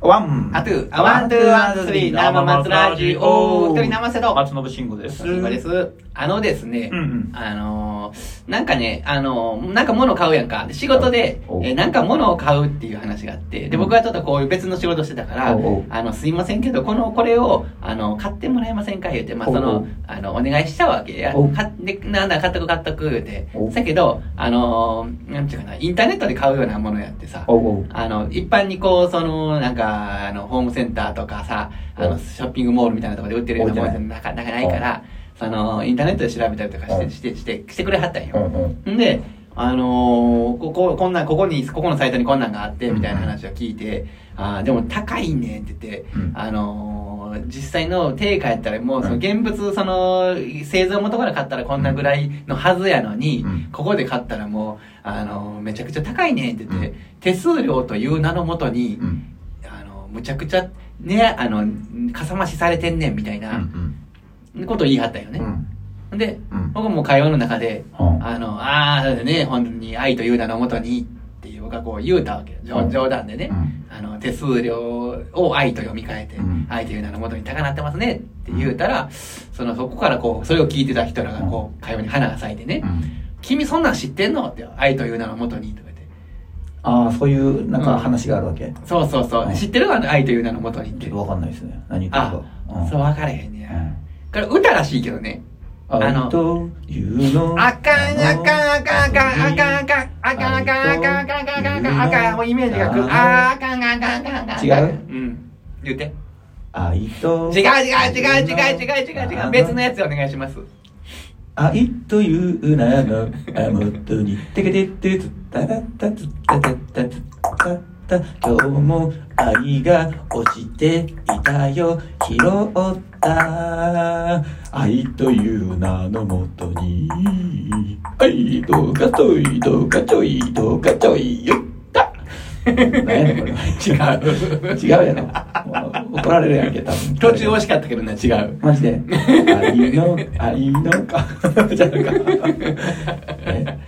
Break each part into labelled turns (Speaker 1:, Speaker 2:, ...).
Speaker 1: ワン
Speaker 2: アトゥー、アワン、トゥー、ワン、ツー、スリー、生松ラジオ、一人生瀬戸、
Speaker 1: 松信慎吾です。
Speaker 2: 今です。あのですね、
Speaker 1: うんうん。
Speaker 2: あのー、なんかね、あのー、なんか物を買うやんか。で仕事で、え
Speaker 1: おう
Speaker 2: ーなんか物を買うっていう話があって、で、
Speaker 1: うん
Speaker 2: 僕はちょっとこういう別の仕事してたから
Speaker 1: おうおう、
Speaker 2: あの、すいませんけど、この、これを、あの、買ってもらえませんか言うて、まあ、そ
Speaker 1: おうお
Speaker 2: の
Speaker 1: う、
Speaker 2: あの、お願いしたわけや。
Speaker 1: おう
Speaker 2: 買って、なんだ、買っとく買っとく言うて
Speaker 1: お。う
Speaker 2: だけど、あのー、なんていうかな、インターネットで買うようなものやってさ、
Speaker 1: おうおう。
Speaker 2: あの、一般にこう、その、なんか、あの、ホームセンターとかさ、あ
Speaker 1: う
Speaker 2: の、
Speaker 1: ん
Speaker 2: ショッピングモールみたいなところで売ってるようなも
Speaker 1: 置
Speaker 2: の
Speaker 1: い
Speaker 2: じ
Speaker 1: て
Speaker 2: ゃ
Speaker 1: ない
Speaker 2: なかなかないから、その、インターネットで調べたりとかし
Speaker 1: う
Speaker 2: て、
Speaker 1: ん
Speaker 2: して、して、してくれはったん
Speaker 1: う
Speaker 2: よ。
Speaker 1: んうん。
Speaker 2: んで、あのーここ、こんなん、ここに、ここのサイトにこんなんがあって、
Speaker 1: うん
Speaker 2: みたいな話を聞いて、あーでも高いねんって言って、
Speaker 1: うん
Speaker 2: あのー実際の定価やったらもうその
Speaker 1: うん
Speaker 2: 現物その製造元から買ったらこんなぐらいのはずやのに、
Speaker 1: うん
Speaker 2: ここで買ったらもう、あのーめちゃくちゃ高いねんって言って、
Speaker 1: うん
Speaker 2: 手数料という名のもとに、
Speaker 1: うん。
Speaker 2: あのむちゃくちゃねあのかさ増しされてんねんみたいなことを言い張ったよ
Speaker 1: うん。
Speaker 2: ね
Speaker 1: う、ん。
Speaker 2: で
Speaker 1: うん。
Speaker 2: 僕はもう会話の中で
Speaker 1: うん
Speaker 2: あの、ああ、そうだね、本当に愛という名のもとにっていう僕はこう言うたわけ。
Speaker 1: う
Speaker 2: 冗
Speaker 1: ん
Speaker 2: 冗談でね、
Speaker 1: うん
Speaker 2: あの、手数料を愛と読み替えて、
Speaker 1: うん
Speaker 2: 愛という名のもとに高鳴ってますねって言うたら、その、そこからこう、それを聞いてた人らがこう、会話に花が咲いてね、
Speaker 1: うん
Speaker 2: 君そんなん知ってんのって、愛という名のもとにとか言って。
Speaker 1: ああ、そういう、なんか話があるわけ。
Speaker 2: そうそうそう、
Speaker 1: うん
Speaker 2: 知ってるあの愛という名のもとにっ
Speaker 1: ちょってと。わかんないですね。何言ってる
Speaker 2: あ
Speaker 1: か。、ん
Speaker 2: そう分かれへんね
Speaker 1: う
Speaker 2: や。
Speaker 1: ん
Speaker 2: これ歌らしいけどね。あの
Speaker 1: あと、言うの。
Speaker 2: あかんあかんあかんあかんあかんあかんあかんあかんあかんあかんあかんあかんあかんあかんもうイメージがくるあーあかんあかんあかんあかん
Speaker 1: 違う
Speaker 2: うん言って
Speaker 1: 愛と。
Speaker 2: 違う違う違う違う違う違う違う別のやつお願いします
Speaker 1: 愛という名のあもとにてけてってつたたたつたたたつたた今日も愛が落ちていたよ拾った愛という名のもとに愛どうかちょいどうかちょいどうかちょい言った何やねんこれは違う違うやろもう怒られるやんけ多分
Speaker 2: 途中惜しかったけどな違う
Speaker 1: マジで愛の愛の かじゃなかえ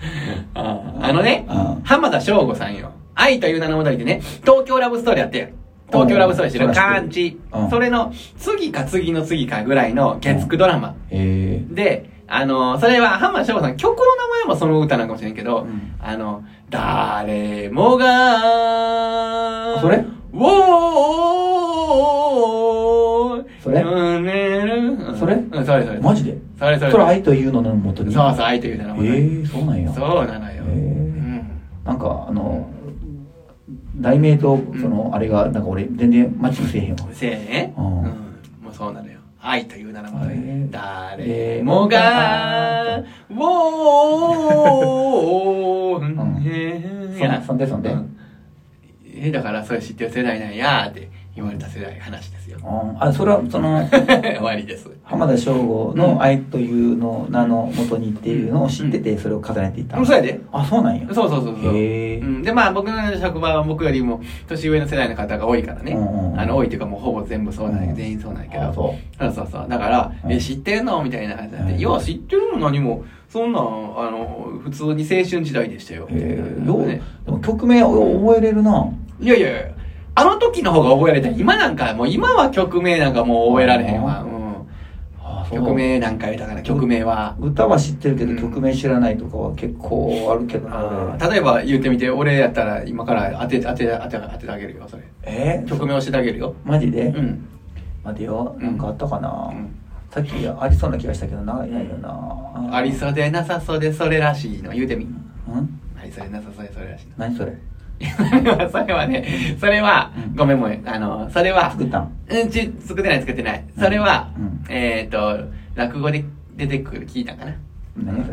Speaker 2: あーあのね
Speaker 1: あー
Speaker 2: 浜田省吾さんよ愛という名のもとにってね東京ラブストーリーやってやん東京ラブストーリー知る
Speaker 1: うん
Speaker 2: 漢字
Speaker 1: うん
Speaker 2: それの次か次の次かぐらいの月9ドラマ
Speaker 1: えー
Speaker 2: で、あの、それは浜田省吾さん、曲の名前もその歌なんかもしれんけど、
Speaker 1: うん
Speaker 2: あの、誰もが、
Speaker 1: それ
Speaker 2: ウォー
Speaker 1: それ
Speaker 2: うん
Speaker 1: それ
Speaker 2: うん、それそれ。
Speaker 1: マジで
Speaker 2: それそれ。
Speaker 1: それ愛というののもと
Speaker 2: そう
Speaker 1: に
Speaker 2: そう、愛という名
Speaker 1: え
Speaker 2: のもとに
Speaker 1: ー、そうなんや
Speaker 2: そうなのよ。
Speaker 1: へー
Speaker 2: うん
Speaker 1: なんかあの題名と
Speaker 2: ん
Speaker 1: そのあれがなんか俺全然マッチングせえへんわ
Speaker 2: せやね。う
Speaker 1: うんん。
Speaker 2: もうそうなのよ。愛という名のもと
Speaker 1: へ
Speaker 2: に。
Speaker 1: ー
Speaker 2: 誰もが、ウォー
Speaker 1: うん
Speaker 2: ん
Speaker 1: そんそんでそんで
Speaker 2: うんえ、だからそれ知ってる世代なんやーって言われた世代話ですよ。
Speaker 1: うんあそれはその
Speaker 2: 終わりです。
Speaker 1: 浜田省吾の愛というの名のもとにっていうのを知っててそれを重ねていた
Speaker 2: うんそうやで
Speaker 1: あそうなんや
Speaker 2: そうそうそうそう。
Speaker 1: へー
Speaker 2: うん、で、まあ僕の職場は僕よりも年上の世代の方が多いからね。
Speaker 1: うんうん
Speaker 2: あの、多いというかもうほぼ全部そうなんや、
Speaker 1: うん
Speaker 2: 全員そうなんやけ
Speaker 1: あ
Speaker 2: ど。
Speaker 1: そ
Speaker 2: そうそうそう。だから、
Speaker 1: うん
Speaker 2: え、知ってんのみたいな感じになって、
Speaker 1: うん
Speaker 2: いや、知ってるの何も、そんなん、あの、普通に青春時代でしたよ。
Speaker 1: う
Speaker 2: みたい
Speaker 1: へ
Speaker 2: な
Speaker 1: ーようでも曲名を覚えれるない
Speaker 2: やいやいや、あの時の方が覚えられた。今なんか、もう今は曲名なんかもう覚えられへんわ。
Speaker 1: う
Speaker 2: うん。
Speaker 1: あそう
Speaker 2: 曲名なんか言うたから、曲名は。
Speaker 1: 歌は知ってるけ
Speaker 2: うん
Speaker 1: ど曲名知らないとかは結構あるけどな俺
Speaker 2: 例えば言ってみて、俺やったら今から当て、当て、当て、当ててあげるよ、それ。
Speaker 1: えー
Speaker 2: 曲名教えてあげるよ。
Speaker 1: マジで、
Speaker 2: うん。
Speaker 1: 待てよなんかあったかな、
Speaker 2: うん
Speaker 1: さっきありそうな気がしたけどないないよな
Speaker 2: ありそうでなさそうでそれらしいの言うてみ。
Speaker 1: うん
Speaker 2: ありそうでなさそうでそれらしいの。
Speaker 1: 何それ
Speaker 2: それはね、それは
Speaker 1: う、ん
Speaker 2: ごめんもん、あの、それは、
Speaker 1: 作ったん
Speaker 2: うん、ち、作ってない作ってない。それは
Speaker 1: うん、
Speaker 2: えっと、落語で出てくる、聞いたかな。
Speaker 1: 何そ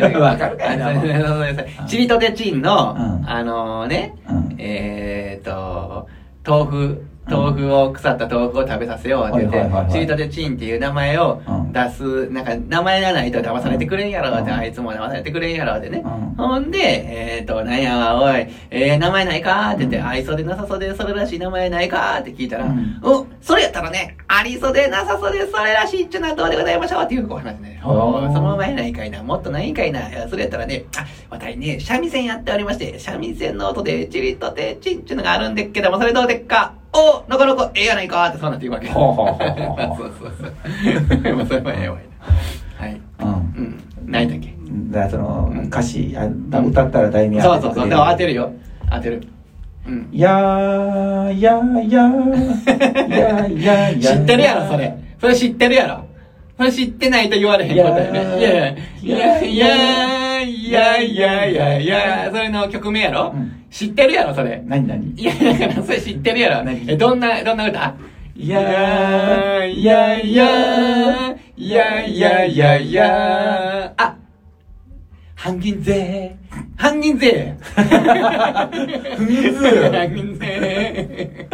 Speaker 1: れ
Speaker 2: わ
Speaker 1: わかるかいな、
Speaker 2: そ
Speaker 1: う
Speaker 2: うそうそうそうチリとてチンの、
Speaker 1: うん
Speaker 2: あのね、
Speaker 1: ん、
Speaker 2: えーと、豆腐、豆腐を、腐った豆腐を食べさせようって言って、
Speaker 1: はいはいはいはい
Speaker 2: チリとてチンっていう名前を
Speaker 1: うん
Speaker 2: 出す、なんか名前がないと騙されてくれんやろって、
Speaker 1: うん
Speaker 2: あいつも騙されてくれんやろってね。
Speaker 1: うん
Speaker 2: ほんで、えーと、なんやわ、おい、えー、名前ないかって言って、
Speaker 1: うん
Speaker 2: 愛想でなさそうで、それらしい名前ないかって聞いたら、
Speaker 1: うん
Speaker 2: お、それやったらね、ありそうでなさそうで、それらしいっちゅうのはどうでございましょうっていうお話ね。
Speaker 1: あー
Speaker 2: そのままやないかいな、もっとないんかいな。いやそれやったらね、あ、私ね、三味線やっておりまして、三味線の音で、チリとてチンっちゅうのがあるんでっけども、それどうでっかおなかなかええやないかってそうなっていくわけ。
Speaker 1: ほうほうほうほう
Speaker 2: そうそうそう。ま あそれはええわいな。はい。
Speaker 1: うん
Speaker 2: うん。何だっけ
Speaker 1: だからその
Speaker 2: うん
Speaker 1: 歌詞あだ歌ったら題名
Speaker 2: そうそうそう。でも当て
Speaker 1: る
Speaker 2: るよ。当てる。うん。
Speaker 1: やーやーや ーやーやー
Speaker 2: 知
Speaker 1: やー
Speaker 2: ってるやろ、それ。それ知ってるやろ。それ知ってないと言われへんことやね。い
Speaker 1: い
Speaker 2: や
Speaker 1: や
Speaker 2: いや、いや
Speaker 1: い
Speaker 2: いやいやいやいや、それの曲名やろ
Speaker 1: うん
Speaker 2: 知ってるやろ、それ。
Speaker 1: 何何
Speaker 2: いや、だからそれ知ってるやろ。
Speaker 1: 何
Speaker 2: え、どんな、どんな歌
Speaker 1: いやーいやいやーいやいやいやいや
Speaker 2: ー。あ半銀税半銀税
Speaker 1: 踏みず
Speaker 2: 半銀税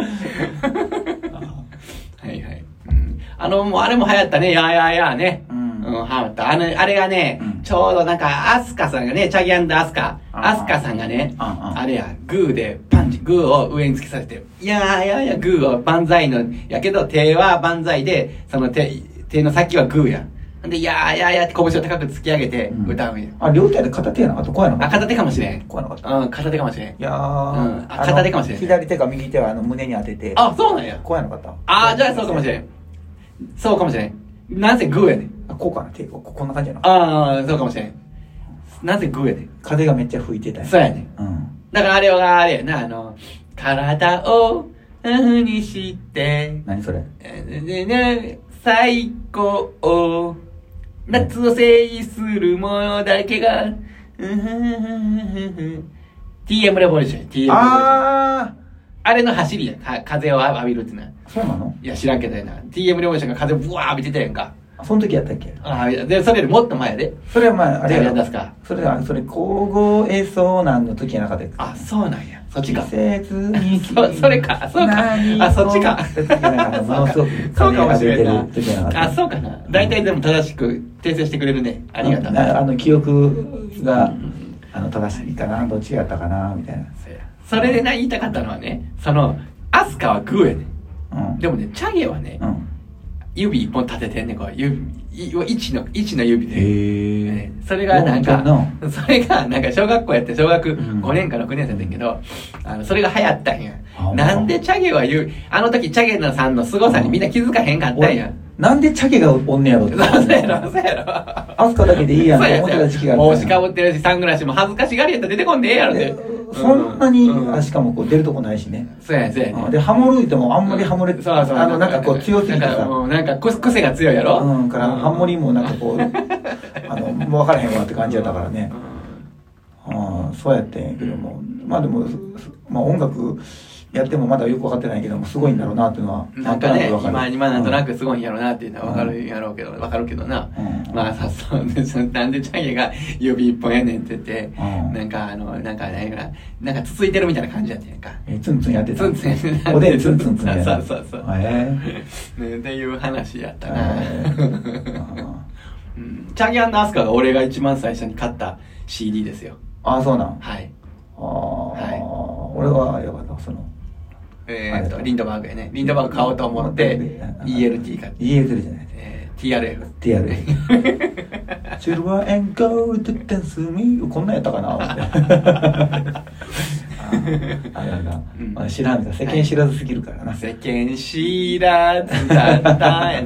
Speaker 2: はいはい。うんあの、もうあれも流行ったね。やーやーやーね。
Speaker 1: うん
Speaker 2: うん、ハマった。あの、あれがね、
Speaker 1: うん
Speaker 2: ちょうどなんか、アスカさんがね、チャギアンドアスカ、
Speaker 1: あ
Speaker 2: アスカさんがね、
Speaker 1: ああ
Speaker 2: あれや、グーでパンチ、グーを上に突き刺して、いやーいやーいや、グーを万歳の、やけど手は万歳で、その手、手の先はグーや。んで、いやーいやーいやって拳を高く突き上げて
Speaker 1: うん
Speaker 2: 歌うんや。
Speaker 1: あ両手で片手やなかった怖いなか
Speaker 2: あ、
Speaker 1: った
Speaker 2: 片手かもしれん。
Speaker 1: 怖いなかった
Speaker 2: うん、片手かもしれん
Speaker 1: い。やー
Speaker 2: んあ
Speaker 1: あの
Speaker 2: 片手かもしれない
Speaker 1: 左手か右手はあの胸に当てて
Speaker 2: あ、そうなんや。
Speaker 1: 怖いなかった
Speaker 2: あー、じゃあそうかもしれん。そうかもしれん。なんせグーやねん。
Speaker 1: あこうかな手こうこんな感じやな
Speaker 2: ああ、そうかもしれん。なぜグーやねん。
Speaker 1: 風がめっちゃ吹いてたんや
Speaker 2: そうやねん。
Speaker 1: うん
Speaker 2: だからあれはあれやな、あの、体を何にして、
Speaker 1: 何それ
Speaker 2: えーね最高を、夏を制する者だけが、 うんうんうんうんうん TM レボリューション、TM レボリューション。あ
Speaker 1: あ
Speaker 2: れの走りや、か風を浴びるってな。
Speaker 1: ーそうなの
Speaker 2: いや、知らんけどやな。TM レボリューションが風ぶわー浴びてたやんか。
Speaker 1: あその時やったっけ
Speaker 2: ああ、で、それよりもっと前やで。
Speaker 1: それはまああれ
Speaker 2: 誰
Speaker 1: や
Speaker 2: が
Speaker 1: ろ
Speaker 2: 出すか。
Speaker 1: それはそれ皇后栄奏なんの時やなかったっけ
Speaker 2: あ、そうなんや。そっち
Speaker 1: 季
Speaker 2: か。
Speaker 1: 節に
Speaker 2: そそれか、そうか。あ、そっちか。
Speaker 1: ものすごく
Speaker 2: そうかもしれん
Speaker 1: 風が吹いてる時やなかった
Speaker 2: な。あ、そうかな。大体でも正しく訂正してくれるね。ありがとう。
Speaker 1: なあの記憶があの正しいかなどっちやったかなみたいな
Speaker 2: そうやそれでな、言いたかったのはね、その、アスカはグーやね
Speaker 1: うん
Speaker 2: でもね、チャゲはね
Speaker 1: う、ん
Speaker 2: 指一本立ててんねん、こう、指、い一の、一の指で。
Speaker 1: へ
Speaker 2: ねそれがなんか
Speaker 1: うん、
Speaker 2: それがなんか小学校やって、小学
Speaker 1: うん
Speaker 2: 5年か6年生だけど、あの、それが流行ったんや
Speaker 1: あ。
Speaker 2: なんでチャゲは言う、あの時チャゲのさんの凄さにみんな気づかへんかったんや。
Speaker 1: なんでチャゲがおんねやろって
Speaker 2: そうやろ、そうやろ。
Speaker 1: アスカだけでいいやんっ
Speaker 2: そう
Speaker 1: て思
Speaker 2: や
Speaker 1: ってた時期
Speaker 2: そ
Speaker 1: があ
Speaker 2: うや帽
Speaker 1: った
Speaker 2: 子
Speaker 1: ん
Speaker 2: か
Speaker 1: や
Speaker 2: ぶってるし、サングラスも恥ずかしがりやったら出てこんでええやろって
Speaker 1: で。そんなに、
Speaker 2: う
Speaker 1: あしかもこう出るとこないしね、
Speaker 2: そうや、そうや
Speaker 1: う
Speaker 2: ね。
Speaker 1: んでハモるいてもあんまりハモれ
Speaker 2: うん
Speaker 1: て、
Speaker 2: そうそう
Speaker 1: あのなんかこう強すぎて
Speaker 2: なんか
Speaker 1: さ
Speaker 2: もうなんかこ癖が強いやろ
Speaker 1: うん、からハモリもなんか こうあのもう分からへんわって感じやったからね、ああそうやってんけどもまあでも、すまあ、音楽やってもまだよく分かってないけどもすごいんだろうなっていうのは
Speaker 2: なんかね、
Speaker 1: わ
Speaker 2: 今、今なんとな
Speaker 1: う
Speaker 2: くすごいんやろなっていうのはわかるんやろうけど、わかるけどな
Speaker 1: う。ん
Speaker 2: まあ、さ っそうで、そのなんでチャゲが指一本やねんって言って、
Speaker 1: うん
Speaker 2: なんかあの、なんかね、なんかつついてるみたいな感じやってんやんか。
Speaker 1: えツンツンやってた
Speaker 2: ツンツンやってた
Speaker 1: おでんツンツンツンやって
Speaker 2: そうそうそう
Speaker 1: え
Speaker 2: ね、っていう話やっ たな。
Speaker 1: ー
Speaker 2: うんチャギアンアスカが俺が一番最初に買った CD ですよ。
Speaker 1: ああそうなんあ
Speaker 2: はい。
Speaker 1: あ、俺はよかったその
Speaker 2: えーっと、リンドバーグやね。リンドバーグ買おうと思って、ELT 買って、
Speaker 1: ELT じゃない
Speaker 2: えー TRF。
Speaker 1: TRF Silver and gold to dance me こんなんやったかな 思ってああれだ
Speaker 2: うん
Speaker 1: あ知らんが世間知らずすぎるからな、
Speaker 2: 世間知らずだったや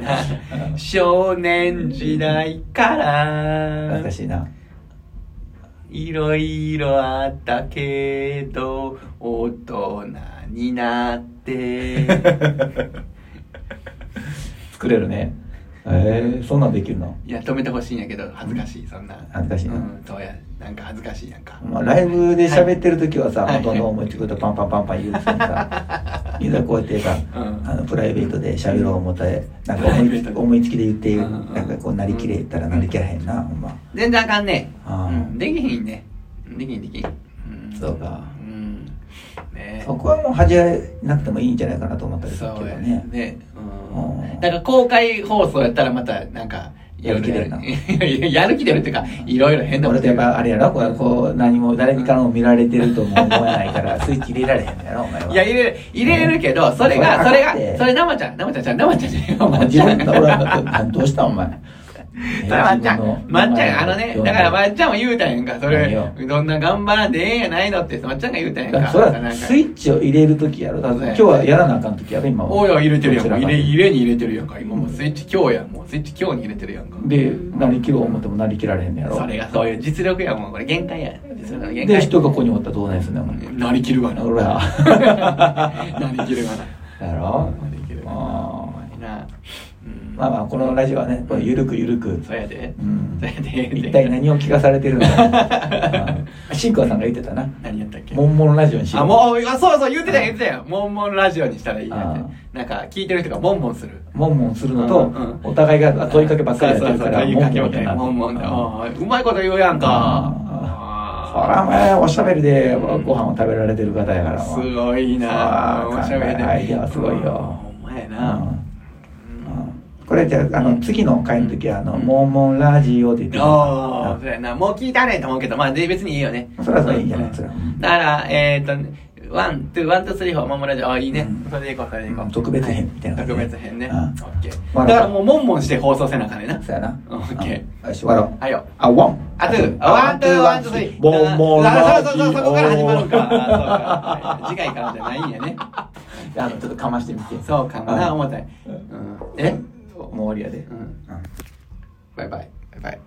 Speaker 2: な。少年時代から
Speaker 1: 懐、かしいない
Speaker 2: ろいろあったけど、大人に なって。
Speaker 1: 作れるねえー、そんなんできるの、
Speaker 2: いや、止めてほしいんやけど、恥ずかしい、そんな。
Speaker 1: 恥ずかしいな
Speaker 2: うん、そうや。なんか恥ずかしいやんか。
Speaker 1: まあ、ライブで喋ってる時はさ、
Speaker 2: はい
Speaker 1: 元の思いつくとパンパンパンパン言うくせにさいざこうやってさ、
Speaker 2: うん
Speaker 1: あのプライベートで喋ろう思ったらなんか思
Speaker 2: プライベ
Speaker 1: い
Speaker 2: ート
Speaker 1: つ
Speaker 2: で
Speaker 1: 思いつきで言って、
Speaker 2: うんうん
Speaker 1: なんかこうなりきれたらなりきらへんなほんま
Speaker 2: 全然あかんね
Speaker 1: あ
Speaker 2: う
Speaker 1: ー
Speaker 2: んできひんねできひんできひん、うん、
Speaker 1: そうか
Speaker 2: うんね
Speaker 1: そこはもう恥じらいなくてもいいんじゃないかなと思ったりするけど
Speaker 2: そうやね
Speaker 1: ね
Speaker 2: ねうん
Speaker 1: うん
Speaker 2: だから公開放送やったらまたなんかいろいろ
Speaker 1: やる気
Speaker 2: やる やる気出るっていうかいろいろ変なこ
Speaker 1: 俺
Speaker 2: と
Speaker 1: ってやっぱあれやろこうこう何も誰にからも見られてるとも思えないからスイッチ入れられへんのやろお前はい
Speaker 2: や入れる入れるけど、それが
Speaker 1: うん
Speaker 2: それが
Speaker 1: あかんって
Speaker 2: それ生ちゃん生ちゃんちゃん生ちゃんじゃん
Speaker 1: お前
Speaker 2: 生
Speaker 1: 自
Speaker 2: ちゃ
Speaker 1: 分
Speaker 2: ん
Speaker 1: で俺はどうしたお前
Speaker 2: それはまっちゃん。まっちゃん、あのね、だからま
Speaker 1: っ
Speaker 2: っちゃんも言うたんやんか、そ
Speaker 1: 何
Speaker 2: れ
Speaker 1: よ、
Speaker 2: どんな頑張らんでええんやないのって、まっちゃんが言うたんやん
Speaker 1: だから
Speaker 2: か。
Speaker 1: それ
Speaker 2: な
Speaker 1: は
Speaker 2: んか
Speaker 1: スイッチを入れるときやろ。だから今日はやらなあかんときやろ、今は。
Speaker 2: おや入れてるやんか。
Speaker 1: どち
Speaker 2: 入
Speaker 1: らか
Speaker 2: れ、入れに入れてるやんか。今もうスイッチ強やん。もうスイッチ強に入れてるやんか。
Speaker 1: で、なりきろう思ってもなりきられへんのやろ。
Speaker 2: それがそういう実力やもん。これ限界や。実力の限界。
Speaker 1: で、人がここにおったらどうなんすんねん、お前
Speaker 2: なりきるがな。
Speaker 1: 俺ら
Speaker 2: なりきるがな。
Speaker 1: やろ
Speaker 2: なりきるがな。
Speaker 1: あ
Speaker 2: ほんまにな。うん
Speaker 1: ーまあまあ、このラジオはね、こうゆるくゆるく。
Speaker 2: そうやで
Speaker 1: う。ん
Speaker 2: そうやで。
Speaker 1: 一体何を聞かされて るのか。うんシンクワさんが言ってたな。
Speaker 2: 何やったっけ
Speaker 1: モンモンラジオにしよ
Speaker 2: あ、もう、あ、そうそう、言ってたよ、言ってたよ。モンモンラジオにしたらいいなって
Speaker 1: あ。
Speaker 2: なんか、聞いてる人がモンモンする。
Speaker 1: モンモンするのと、
Speaker 2: うんうん
Speaker 1: お互いが問いかけばっかりやってるから、
Speaker 2: そうそうそう問いかけばっかりモンモンだ
Speaker 1: そ
Speaker 2: あーうまいこと言うやんか。
Speaker 1: ら
Speaker 2: あ
Speaker 1: お前、おしゃべりでご飯を食べられてる方やから。
Speaker 2: ーすごいな
Speaker 1: あー
Speaker 2: おしゃべりで。
Speaker 1: アイデアはすごいよ
Speaker 2: お前
Speaker 1: う
Speaker 2: な。
Speaker 1: んこれじゃあ、あの、次の回の時は、あの、モンモンラジオで言ってくだ
Speaker 2: お
Speaker 1: さ
Speaker 2: ー、そうやな。もう聞いたねと思うけど、まあ、で別にいいよね。
Speaker 1: いそれはそれいいんじゃない
Speaker 2: うん
Speaker 1: それは。
Speaker 2: だから、えー、っと、ワン、ツー、ワン、ツー、スリー、フォー、守られて、あ、いいね
Speaker 1: う。ん
Speaker 2: それでいこう、それでいこ
Speaker 1: うん
Speaker 2: う。
Speaker 1: 特別編みたいな感
Speaker 2: は
Speaker 1: じ
Speaker 2: 特別編ね。
Speaker 1: うん
Speaker 2: オッケー。
Speaker 1: わかった
Speaker 2: だからもう、もんもんして放送せなあかんねんな。
Speaker 1: そうやな。
Speaker 2: オッケ
Speaker 1: ー。よし、終わろう。
Speaker 2: はいよ。
Speaker 1: あ、ワン。
Speaker 2: あ、ツー、あワン、ツー、ワン、ツー、スリー。
Speaker 1: モンモンラ
Speaker 2: あ
Speaker 1: ジオ。
Speaker 2: そうそうそう、そこから始まるんか。あそうか。次回からじゃないんやね。
Speaker 1: あの、ちょっとかましてみて。
Speaker 2: そうかもな、
Speaker 1: うん
Speaker 2: 思ったよ。うんえ
Speaker 1: もう終わりやで。
Speaker 2: うん
Speaker 1: うん
Speaker 2: バイバイ。バイバイ。